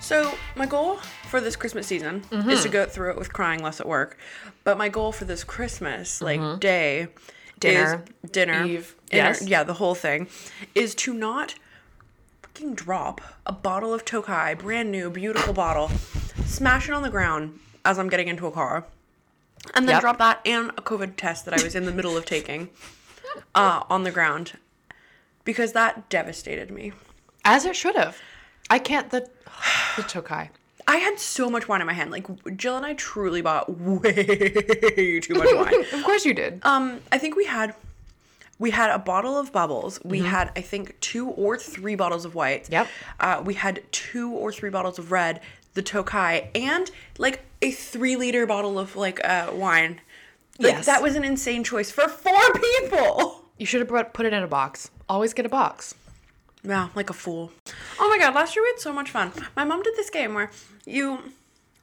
So my goal for this Christmas season Mm-hmm. is to go through it with crying less at work. But my goal for this Christmas like day Mm-hmm. Dinner. is dinner Eve. dinner- Yes. yeah, the whole thing is to not fucking drop a bottle of Tokai, brand new, beautiful bottle, smash it on the ground as I'm getting into a car. And then Yep. drop that and a COVID test that I was in the middle of taking uh, on the ground because that devastated me. As it should have. I can't the the Tokai. I had so much wine in my hand. Like Jill and I truly bought way too much wine. Of course you did. um, I think we had we had a bottle of bubbles. We had I think two or three bottles of white. Mm-hmm. Yep. Uh, we had two or three bottles of red, the Tokai, and like a three liter bottle of like uh, wine. Like, Yes. That was an insane choice for four people. you should have brought, put it in a box. Always get a box. Yeah, like a fool. Oh my god, last year we had so much fun. My mom did this game where you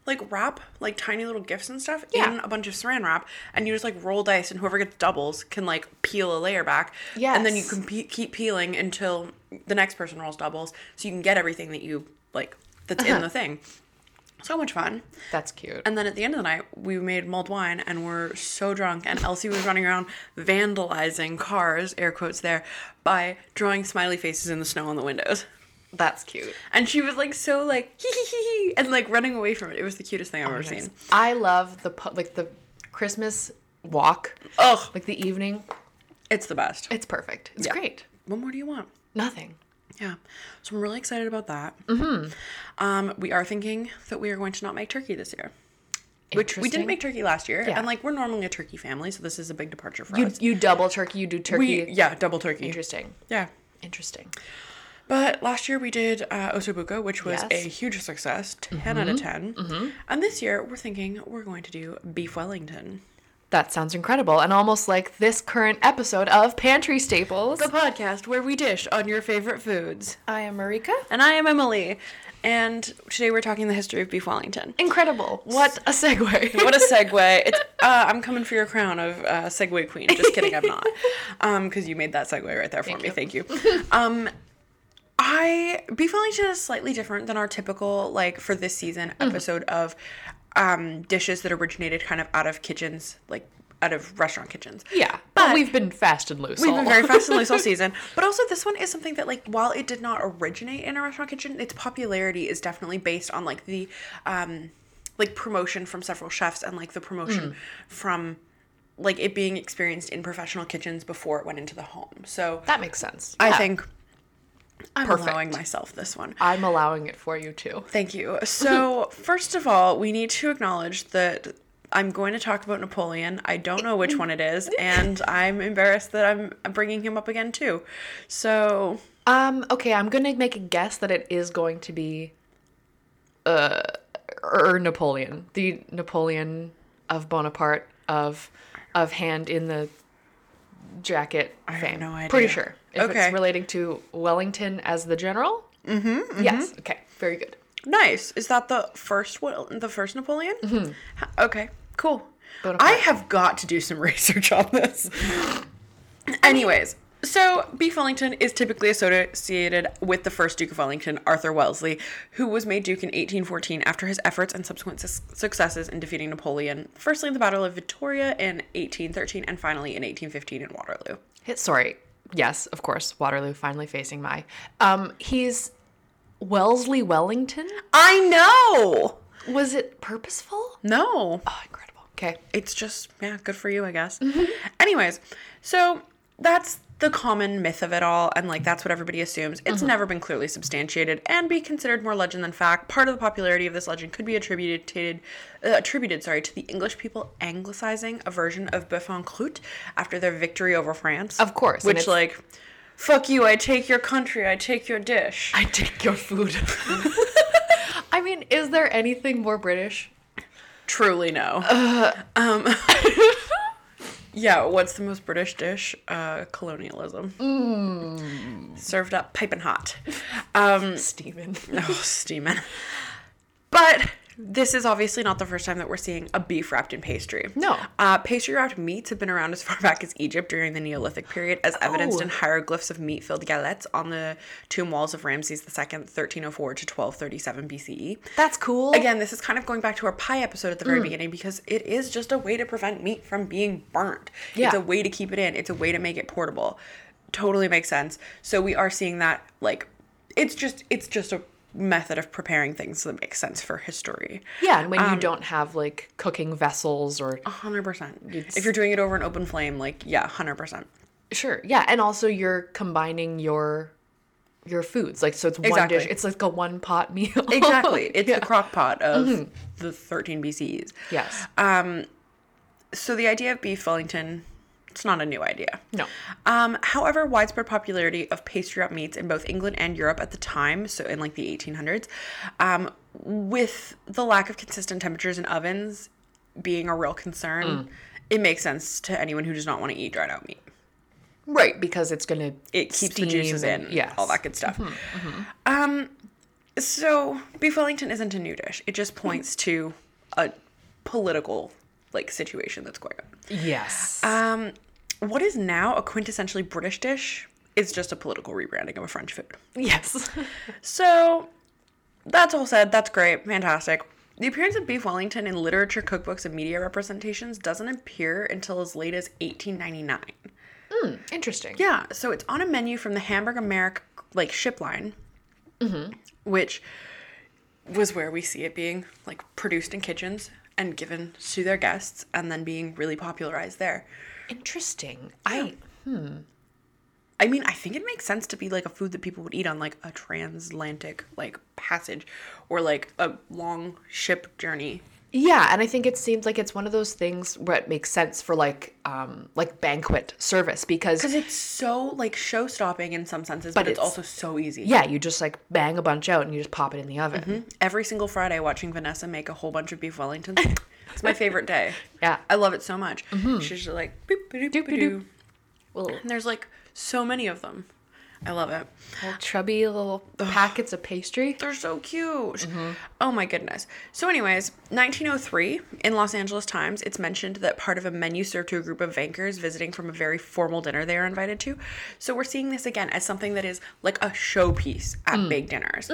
like wrap like tiny little gifts and stuff Yeah. in a bunch of saran wrap and you just like roll dice and whoever gets doubles can like peel a layer back. And then you Yes. can pe- keep peeling until the next person rolls doubles so you can get everything that you like that's in the thing. So much fun. That's cute. And then at the end of the night, we made mulled wine and we're so drunk. And Elsie was running around vandalizing cars, air quotes there, by drawing smiley faces in the snow on the windows. That's cute. And she was like so like hee hee hee hee, and like running away from it. It was the cutest thing I've Oh, ever seen. I love the pu- like the Christmas walk, Ugh, like the evening. it's the best. It's perfect. It's Yeah. great. What more do you want? Nothing. Yeah. So I'm really excited about that. Mm-hmm. Um, we are thinking that we are going to not make turkey this year. Which we Interesting. didn't make turkey last year. Yeah. And like we're normally a turkey family, so this is a big departure for You us. you double turkey. You do turkey. We, yeah, double turkey. Interesting. Yeah. Interesting. But last year we did uh, Osobuco, which was Yes. a huge success, 10 out of 10. And this year we're thinking we're going to do Beef Wellington. That sounds incredible and almost like this current episode of Pantry Staples. podcast where we dish on your favorite foods. I am Marika. And I am Emily. And today we're talking the history of Beef Wellington. Incredible. What a segue. What a segue. It's, uh, I'm coming for your crown of uh, Segway Queen. Just kidding, I'm not. Because you made that segue right there for me. Thank you. Um, I beef Wellington is slightly different than our typical like for this season episode of um, dishes that originated kind of out of kitchens, like out of restaurant kitchens. yeah. But, but we've been fast and loose. We've all. been very fast and loose all season, but also this one is something that, like, while it did not originate in a restaurant kitchen, its popularity is definitely based on like the, um, like promotion from several chefs and like the promotion from, like, it being experienced in professional kitchens before it went into the home. So that makes sense. I Yeah. think I'm Perfect. allowing myself this one. I'm allowing it for you too. Thank you. So, first of all, we need to acknowledge that I'm going to talk about Napoleon. I don't know which one it is, and I'm embarrassed that I'm bringing him up again too. So, Um, okay, I'm gonna make a guess that it is going to be uh or Napoleon. The Napoleon of Bonaparte of of hand in the jacket I have fame. no idea. Pretty sure. If Okay. it's relating to Wellington as the general? Mm-hmm. Yes. Okay. Very good. nice. Is that the first one? The first Napoleon? Ha- Okay, cool. I Bonaparte. have got to do some research on this. Anyways, so Beef Wellington is typically associated with the first Duke of Wellington, Arthur Wellesley, who was made Duke in 1814 after his efforts and subsequent sus- successes in defeating Napoleon, firstly in the Battle of Vittoria in 1813 and finally in 1815 in Waterloo. Hit- Sorry. Yes, of course. Waterloo finally facing my. Um, he's Wellesley Wellington. I know! Was it purposeful? No. Oh, incredible. Okay. it's just yeah good for you i guess Mm-hmm. anyways so that's the common myth of it all and like that's what everybody assumes Mm-hmm. it's never been clearly substantiated and be considered more legend than fact part of the popularity of this legend could be attributed uh, attributed sorry to the english people anglicizing a version of buffon croûte after their victory over france Of course, and which it's- like fuck you i take your country i take your dish I take your food. I mean, is there anything more British? Truly no. Um, yeah, what's the most British dish? Uh, colonialism. Mm. Served up piping hot. Um, Steven. oh, steaming. But This is obviously not the first time that we're seeing a beef wrapped in pastry. No. Uh, pastry wrapped meats have been around as far back as Egypt during the Neolithic period, as evidenced Oh. in hieroglyphs of meat filled galettes on the tomb walls of Ramses II, 1304 to 1237 BCE. That's cool. Again, this is kind of going back to our pie episode at the Mm. very beginning because it is just a way to prevent meat from being burnt. Yeah. It's a way to keep it in, it's a way to make it portable. Totally makes sense. So we are seeing that like it's just it's just a method of preparing things that makes sense for history. Yeah, and when you don't have like cooking vessels or Uh, 100%. If you're doing it over an open flame, like yeah, 100%. sure, yeah, and also you're combining your your foods like so it's Exactly. one dish. It's like a one pot meal. Exactly. It's the crock pot of Mm-hmm. the 13 BCEs. yes. So the idea of beef Wellington, it's not a new idea. no. Um, however, widespread popularity of pastry wrap meats in both England and Europe at the time, so in like the 1800s, um, with the lack of consistent temperatures in ovens being a real concern, Mm. it makes sense to anyone who does not want to eat dried out meat. Right, because it's gonna It keeps steam the juices in, and- Mm-hmm, yeah, all that good stuff. Um, so beef Wellington isn't a new dish. It just points to a political like situation that's going on. Yes. Um, what is now a quintessentially British dish is just a political rebranding of a French food. yes. So that's all said. That's great. Fantastic. The appearance of beef Wellington in literature, cookbooks, and media representations doesn't appear until as late as 1899. Interesting. Yeah, so it's on a menu from the Hamburg America like ship line, which was where we see it being like produced in kitchens and given to their guests, and then being really popularized there. Interesting. I Hmm. I mean, I think it makes sense to be like a food that people would eat on like a transatlantic like passage or like a long ship journey. yeah, and I think it seems like it's one of those things where it makes sense for like um like banquet service because Because it's so like show stopping in some senses, but, But it's, it's- also so easy. yeah, you just like bang a bunch out and you just pop it in the oven. Every single Friday, watching Vanessa make a whole bunch of beef Wellingtons, it's my favorite day. Yeah. I love it so much. She's just like, boop, boop, boop, Doop-a-doop. boop. And there's like so many of them. I love it. Little chubby little packets of pastry. They're so cute. Oh my goodness. So, anyways, 1903 in Los Angeles Times, it's mentioned that part of a menu served to a group of bankers visiting from a very formal dinner they are invited to. So we're seeing this again as something that is like a showpiece at big dinners,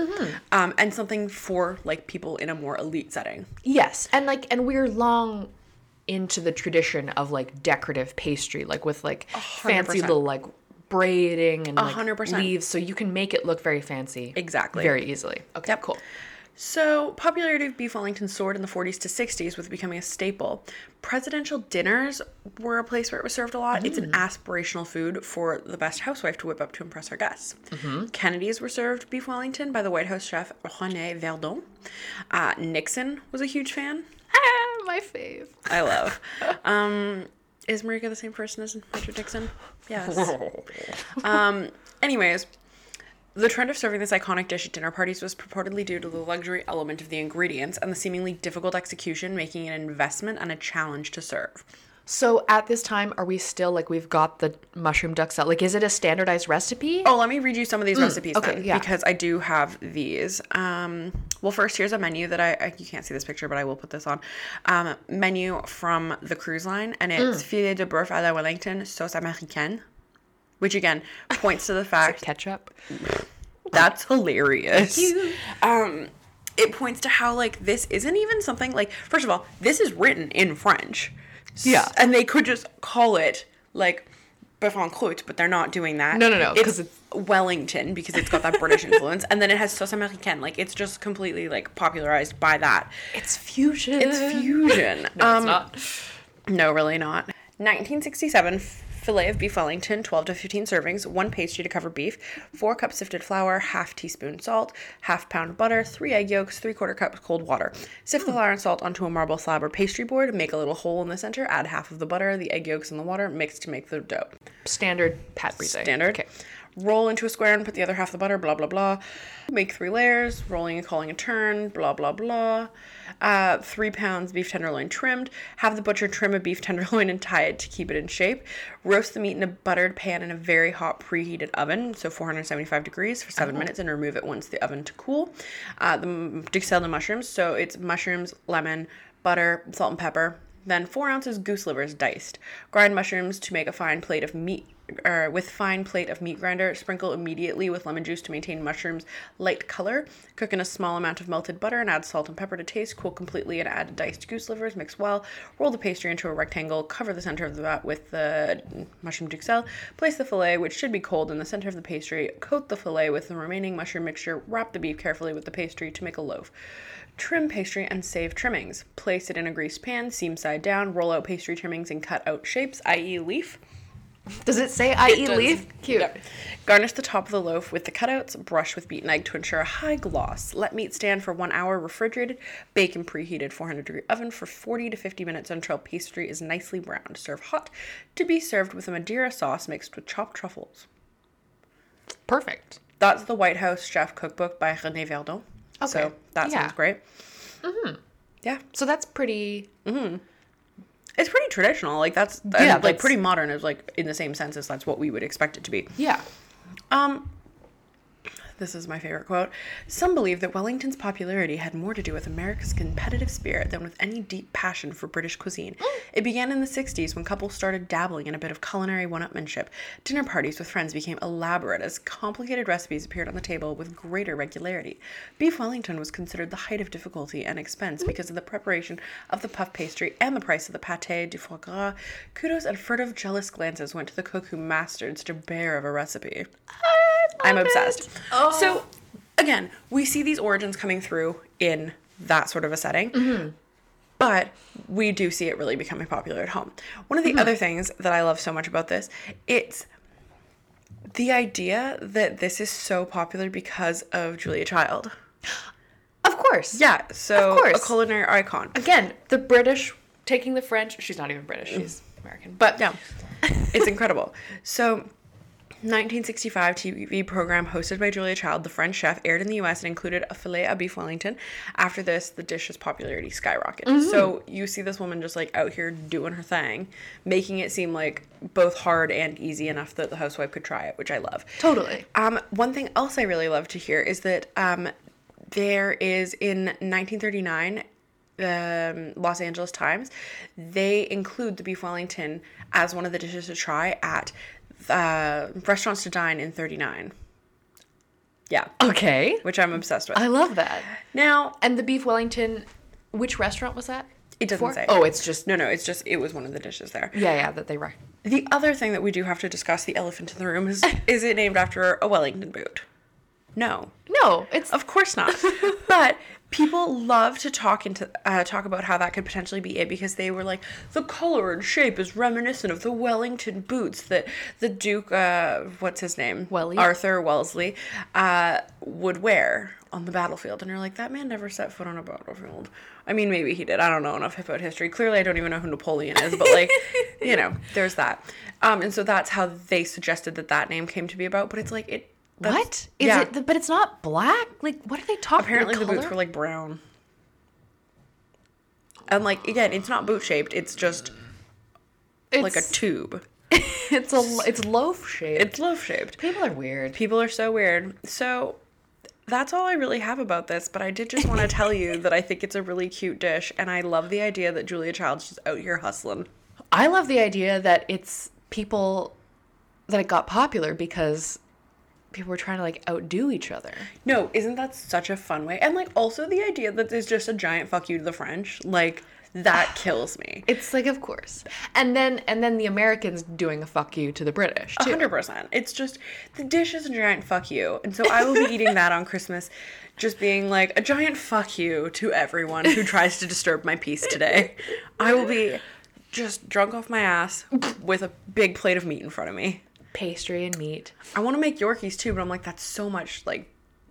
um, and something for like people in a more elite setting. Yes, and like, and we're long into the tradition of like decorative pastry, like with like fancy 100%. little like braiding and like 100%. leaves, so you can make it look very fancy. Exactly. Very easily. Okay. Yep. Cool. So, popularity of beef Wellington soared in the 40s to 60s with becoming a staple. Presidential dinners were a place where it was served a lot. It's an aspirational food for the best housewife to whip up to impress her guests. Kennedys were served beef Wellington by the White House chef Rene Verdon. Uh, Nixon was a huge fan. Ah, my fave. I love. um, is Marika the same person as Richard Nixon? Yes. Um, anyways, the trend of serving this iconic dish at dinner parties was purportedly due to the luxury element of the ingredients and the seemingly difficult execution, making it an investment and a challenge to serve. So at this time, are we still like we've got the mushroom duck salad? Like, is it a standardized recipe? Oh, let me read you some of these recipes Mm, okay, then, yeah. because I do have these. Um, well, first here's a menu that I, I you can't see this picture, but I will put this on. Um, menu from the cruise line, and it's Mm. filet de boeuf à la Wellington, sauce américaine, which again points to the fact Ketchup. That's hilarious. Um, it points to how like this isn't even something like. First of all, this is written in French. S- Yeah. and they could just call it like beef en croûte, but they're not doing that. No, no, no, It's, 'cause it's- Wellington because it's got that British influence, and then it has sauce américaine. Like it's just completely like popularized by that. It's fusion. It's fusion. No, um, it's not. no, really not. 1967 fillet of beef Wellington, 12 to 15 servings, one pastry to cover beef, four cups sifted flour, half teaspoon salt, half pound butter, three egg yolks, three quarter cups cold water. Sift the flour and salt onto a marble slab or pastry board, make a little hole in the center, add half of the butter, the egg yolks, and the water, mix to make the dough. Standard pat brise. Standard. Okay. roll into a square and put the other half of the butter, blah, blah, blah. Make three layers, rolling and calling a turn, blah, blah, blah. Uh, three pounds beef tenderloin trimmed. Have the butcher trim a beef tenderloin and tie it to keep it in shape. Roast the meat in a buttered pan in a very hot preheated oven, so 475 degrees for seven minutes, and remove it once the oven to cool. Uh, the m- dixel de mushrooms, so it's mushrooms, lemon, butter, salt, and pepper. Then four ounces goose livers diced. Grind mushrooms to make a fine plate of meat. Or with fine plate of meat grinder, sprinkle immediately with lemon juice to maintain mushrooms' light color. Cook in a small amount of melted butter and add salt and pepper to taste. Cool completely and add diced goose livers. Mix well. Roll the pastry into a rectangle. Cover the center of the vat with the mushroom duxelle. Place the fillet, which should be cold, in the center of the pastry. Coat the fillet with the remaining mushroom mixture. Wrap the beef carefully with the pastry to make a loaf. Trim pastry and save trimmings. Place it in a greased pan, seam side down, roll out pastry trimmings and cut out shapes, i.e., leaf. Does it say I eat does. leaf? Cute. Yep. Garnish the top of the loaf with the cutouts, brush with beaten egg to ensure a high gloss. Let meat stand for one hour refrigerated, bake in preheated 400 degree oven for 40 to 50 minutes until pastry is nicely browned. Serve hot to be served with a Madeira sauce mixed with chopped truffles. Perfect. That's the White House Chef Cookbook by René Verdon. So Okay. that Yeah. sounds great. Mm-hmm. Yeah. So that's pretty. It's pretty traditional. Like that's and, Yeah, like that's- pretty modern is like in the same sense as that's what we would expect it to be. Yeah. Um this is my favorite quote. Some believe that Wellington's popularity had more to do with America's competitive spirit than with any deep passion for British cuisine. It began in the 60s when couples started dabbling in a bit of culinary one upmanship. Dinner parties with friends became elaborate as complicated recipes appeared on the table with greater regularity. Beef Wellington was considered the height of difficulty and expense because of the preparation of the puff pastry and the price of the pate du foie gras. Kudos and furtive, jealous glances went to the cook who mastered such a bear of a recipe. I'm obsessed. Oh. So again, we see these origins coming through in that sort of a setting. But we do see it really becoming popular at home. One of the other things that I love so much about this, it's the idea that this is so popular because of Julia Child. Of course. Yeah, so a course. culinary icon. Again, the British taking the French. She's not even British. She's American. But No, it's incredible. So. 1965 TV program hosted by Julia Child, The French Chef, aired in the US and included a filet of beef Wellington. After this, the dish's popularity skyrocketed. So you see this woman just like out here doing her thing, making it seem like both hard and easy enough that the housewife could try it, which I love. Totally. Um, one thing else I really love to hear is that um, there is in 1939, the um, Los Angeles Times, they include the beef Wellington as one of the dishes to try at uh, restaurants to dine in 39. Yeah, Okay. which I'm obsessed with. I love that. now, And the beef Wellington, which restaurant was that? it doesn't for? say. Oh, it's just no, no, it's just it was one of the dishes there. yeah, yeah, that they write. The other thing that we do have to discuss, the elephant in the room, is is it named after a Wellington boot? No. No, it's Of course not. but people love to talk into uh, talk about how that could potentially be it because they were like the color and shape is reminiscent of the Wellington boots that the Duke, uh, what's his name, Welly? Arthur Wellesley, uh, would wear on the battlefield. And you're like, that man never set foot on a battlefield. I mean, maybe he did. I don't know enough about history. Clearly, I don't even know who Napoleon is. But like, you know, there's that. Um, and so that's how they suggested that that name came to be about. But it's like it. that's- what is yeah. it? the- But it's not black. Like, what are they talking? Apparently, the boots color? were like brown. And like again, it's not boot shaped. It's just it's, like a tube. it's a it's loaf shape. It's loaf shaped. People are weird. People are so weird. So that's all I really have about this. But I did just want to tell you that I think it's a really cute dish, and I love the idea that Julia Child's just out here hustling. I love the idea that it's people that it got popular because people were trying to like outdo each other. No, isn't that such a fun way? And like also the idea that there's just a giant fuck you to the French. Like that kills me. It's like, of course, and then and then the Americans doing a fuck you to the British too. hundred percent. It's just the dish is a giant fuck you, and so I will be eating that on Christmas, just being like a giant fuck you to everyone who tries to disturb my peace today. I will be just drunk off my ass with a big plate of meat in front of me. Pastry and meat. I want to make Yorkies too, but I'm like that's so much like,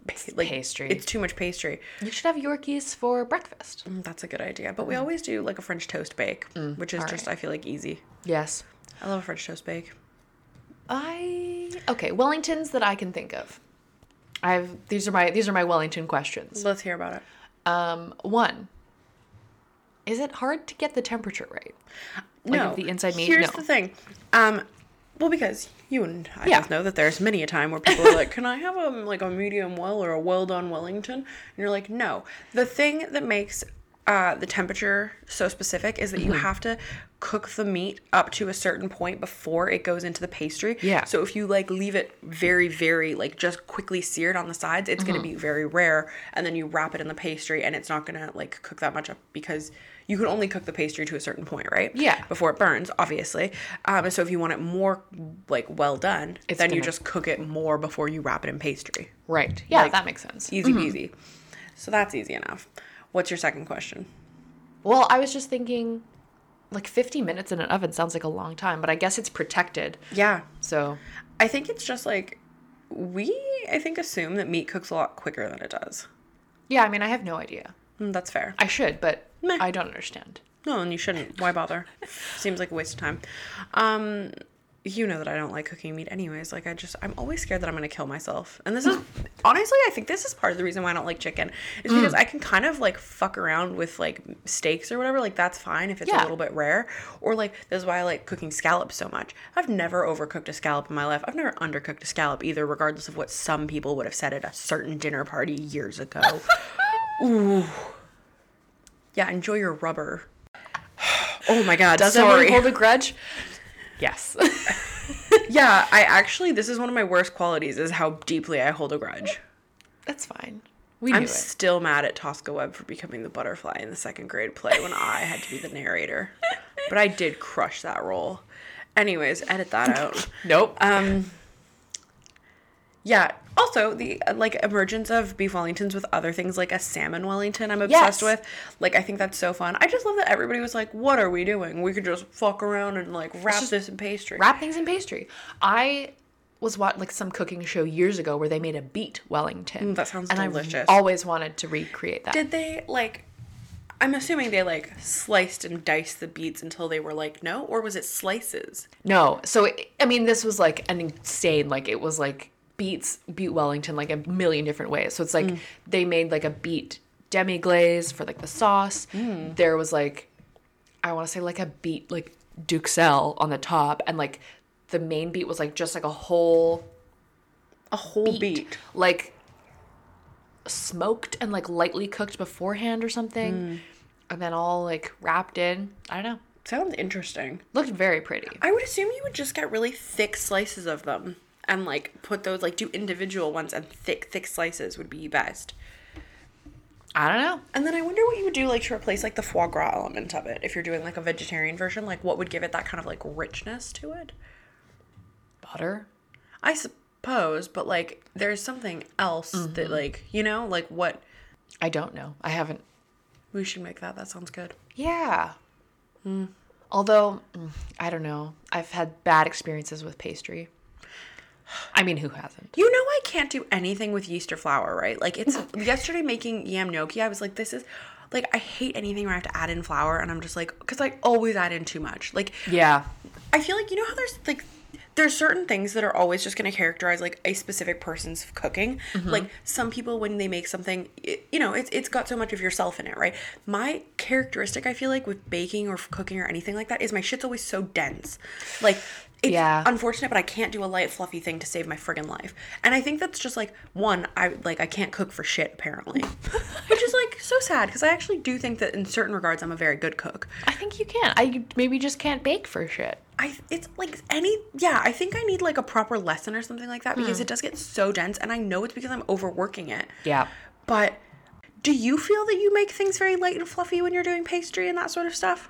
pa- like pastry. It's too much pastry. You should have Yorkies for breakfast. Mm, That's a good idea, but we always do like a French toast bake, which is just I feel like easy. Yes, I love a French toast bake. I okay, Wellingtons that I can think of. I've these are my these are my Wellington questions. Let's hear about it. Um, one. Is it hard to get the temperature right? Like no, of the inside meat? Here's No. the thing. Um, well, because you and I Yeah. both know that there's many a time where people are like, "Can I have a like a medium well or a well done Wellington?" And you're like, "No." The thing that makes uh, the temperature so specific is that Mm-hmm. you have to cook the meat up to a certain point before it goes into the pastry. Yeah. So if you like leave it very, very like just quickly seared on the sides, it's Mm-hmm. going to be very rare. And then you wrap it in the pastry, and it's not going to like cook that much up because you can only cook the pastry to a certain point, right? Yeah. before it burns, obviously. Um, so if you want it more like well done, It's then you gonna- just cook it more before you wrap it in pastry. Right. Yeah, that makes sense. Easy peasy. So that's easy enough. What's your second question? Well, I was just thinking like 50 minutes in an oven sounds like a long time, but I guess it's protected. Yeah, So, I think it's just like we I think assume that meat cooks a lot quicker than it does. yeah, I mean, I have no idea. Mm, that's fair. I should, but Meh. I don't understand. No, and you shouldn't. Why bother? Seems like a waste of time. Um, you know that I don't like cooking meat, anyways. Like I just, I'm always scared that I'm gonna kill myself. And this is honestly, I think this is part of the reason why I don't like chicken. Is Mm. because I can kind of like fuck around with like steaks or whatever. Like that's fine if it's Yeah. a little bit rare. Or like this is why I like cooking scallops so much. I've never overcooked a scallop in my life. I've never undercooked a scallop either, regardless of what some people would have said at a certain dinner party years ago. Ooh. Yeah, enjoy your rubber. Oh my god, Does sorry. everyone hold a grudge? Yes. yeah, I actually this is one of my worst qualities is how deeply I hold a grudge. That's fine. We knew I'm it. still mad at Tosca Webb for becoming the butterfly in the second grade play when I had to be the narrator. But I did crush that role. Anyways, edit that out. nope. Um Yeah, also the uh, like emergence of beef wellingtons with other things like a salmon wellington I'm obsessed Yes. with. Like I think that's so fun. I just love that everybody was like, "What are we doing? We could just fuck around and like wrap just this in pastry." Wrap things in pastry. I was watching like some cooking show years ago where they made a beet Wellington. Mm, that sounds and delicious. I always wanted to recreate that. Did they like? I'm assuming they like sliced and diced the beets until they were like no, or was it slices? No. So it, I mean, this was like an insane. Like it was like beets beet Wellington like a million different ways. So it's like they made like a beet demi glaze for like the sauce. There was like I want to say like a beet like duxelle on the top, and like the main beet was like just like a whole A whole beet. like smoked and like lightly cooked beforehand or something. And then all like wrapped in. I don't know. Sounds interesting. Looked very pretty. I would assume you would just get really thick slices of them and like put those like do individual ones and thick thick slices would be best. I don't know. And then I wonder what you would do like to replace like the foie gras element of it if you're doing like a vegetarian version. Like what would give it that kind of like richness to it? Butter. I suppose, but like there's something else that like you know like what I don't know. I haven't. we should make that. That sounds good. Yeah. Hmm. Although, mm, I don't know. I've had bad experiences with pastry. I mean, who hasn't? You know I can't do anything with yeast or flour, right? Like it's yesterday making yam gnocchi, I was like, this is like I hate anything where I have to add in flour, and I'm just like, because I always add in too much. Like Yeah. I feel like you know how there's like there's certain things that are always just going to characterize like a specific person's cooking. Like some people when they make something, y- you know, it's it's got so much of yourself in it, right? My characteristic I feel like with baking or cooking or anything like that is my shit's always so dense. Like it's Yeah. unfortunate, but I can't do a light fluffy thing to save my friggin' life. And I think that's just like one I like I can't cook for shit apparently. Which is like so sad because I actually do think that in certain regards I'm a very good cook. I think you can. I maybe just can't bake for shit. I it's like any yeah, I think I need like a proper lesson or something like that because it does get so dense and I know it's because I'm overworking it. Yeah. But do you feel that you make things very light and fluffy when you're doing pastry and that sort of stuff?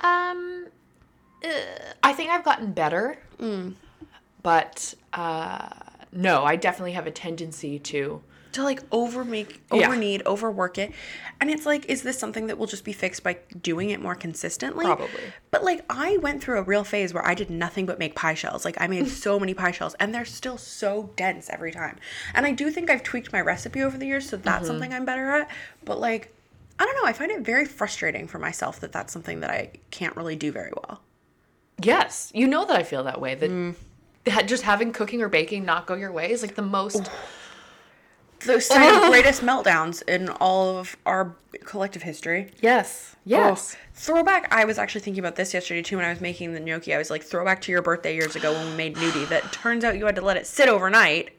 Um, uh, I think I've gotten better, but uh, no, I definitely have a tendency to. To like over make Yeah. over need, overwork it. And it's like, is this something that will just be fixed by doing it more consistently? Probably. But like I went through a real phase where I did nothing but make pie shells. Like I made so many pie shells and they're still so dense every time. And I do think I've tweaked my recipe over the years, so Mm-hmm. that's something I'm better at. But like I don't know, I find it very frustrating for myself that that's something that I can't really do very well. Hmm. Yes, you know that I feel that way. That ha- just having cooking or baking not go your way is like the most. The second greatest meltdowns in all of our collective history. Yes. Yes. Oh, throwback. I was actually thinking about this yesterday too when I was making the gnocchi. I was like, throwback to your birthday years ago when we made nudie. That turns out you had to let it sit overnight.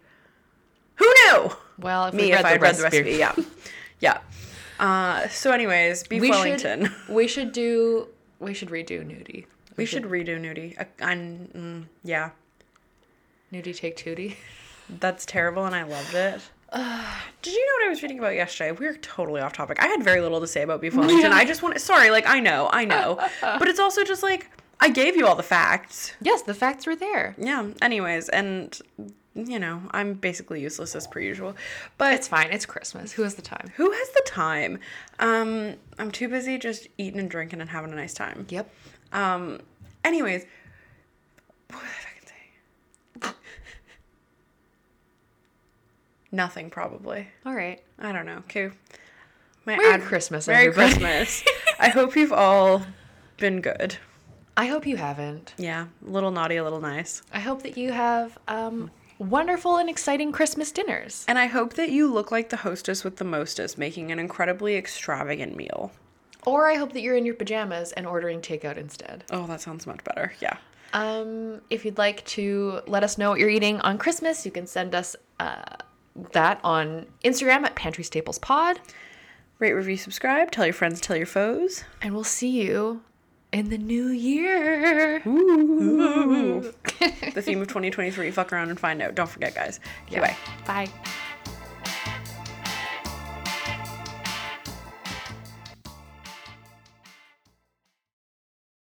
Who knew? Well, if Me we if read I the had read the recipe. recipe. Yeah. Yeah. Uh, so, anyways, beef We Wellington. should. We should do. We should redo nudie. we should redo nudie. Uh, I'm, mm, yeah. Nudie take tootie. That's terrible, and I loved it. Did you know what I was reading about yesterday? We were totally off topic. I had very little to say about beef Wellington. Yeah. I just want to, sorry, like, I know, I know. but it's also just like, I gave you all the facts. Yes, the facts were there. Yeah, anyways, and, you know, I'm basically useless as per usual. But It's fine. It's Christmas. Who has the time? who has the time? Um, I'm too busy just eating and drinking and having a nice time. Yep. Um, anyways, what was I fucking saying? Nothing, probably. All right. I don't know. Okay. My Merry Christmas, Merry everybody. Christmas. I hope you've all been good. I hope you haven't. Yeah, a little naughty, a little nice. I hope that you have um, wonderful and exciting Christmas dinners. And I hope that you look like the hostess with the mostest, making an incredibly extravagant meal. Or I hope that you're in your pajamas and ordering takeout instead. Oh, that sounds much better. Yeah. Um, if you'd like to let us know what you're eating on Christmas, you can send us uh, that on Instagram at Pantry Staples Pod. Rate, review, subscribe, tell your friends, tell your foes. And we'll see you in the new year. the theme of 2023, fuck around and find out. Don't forget, guys. Okay, bye. Bye.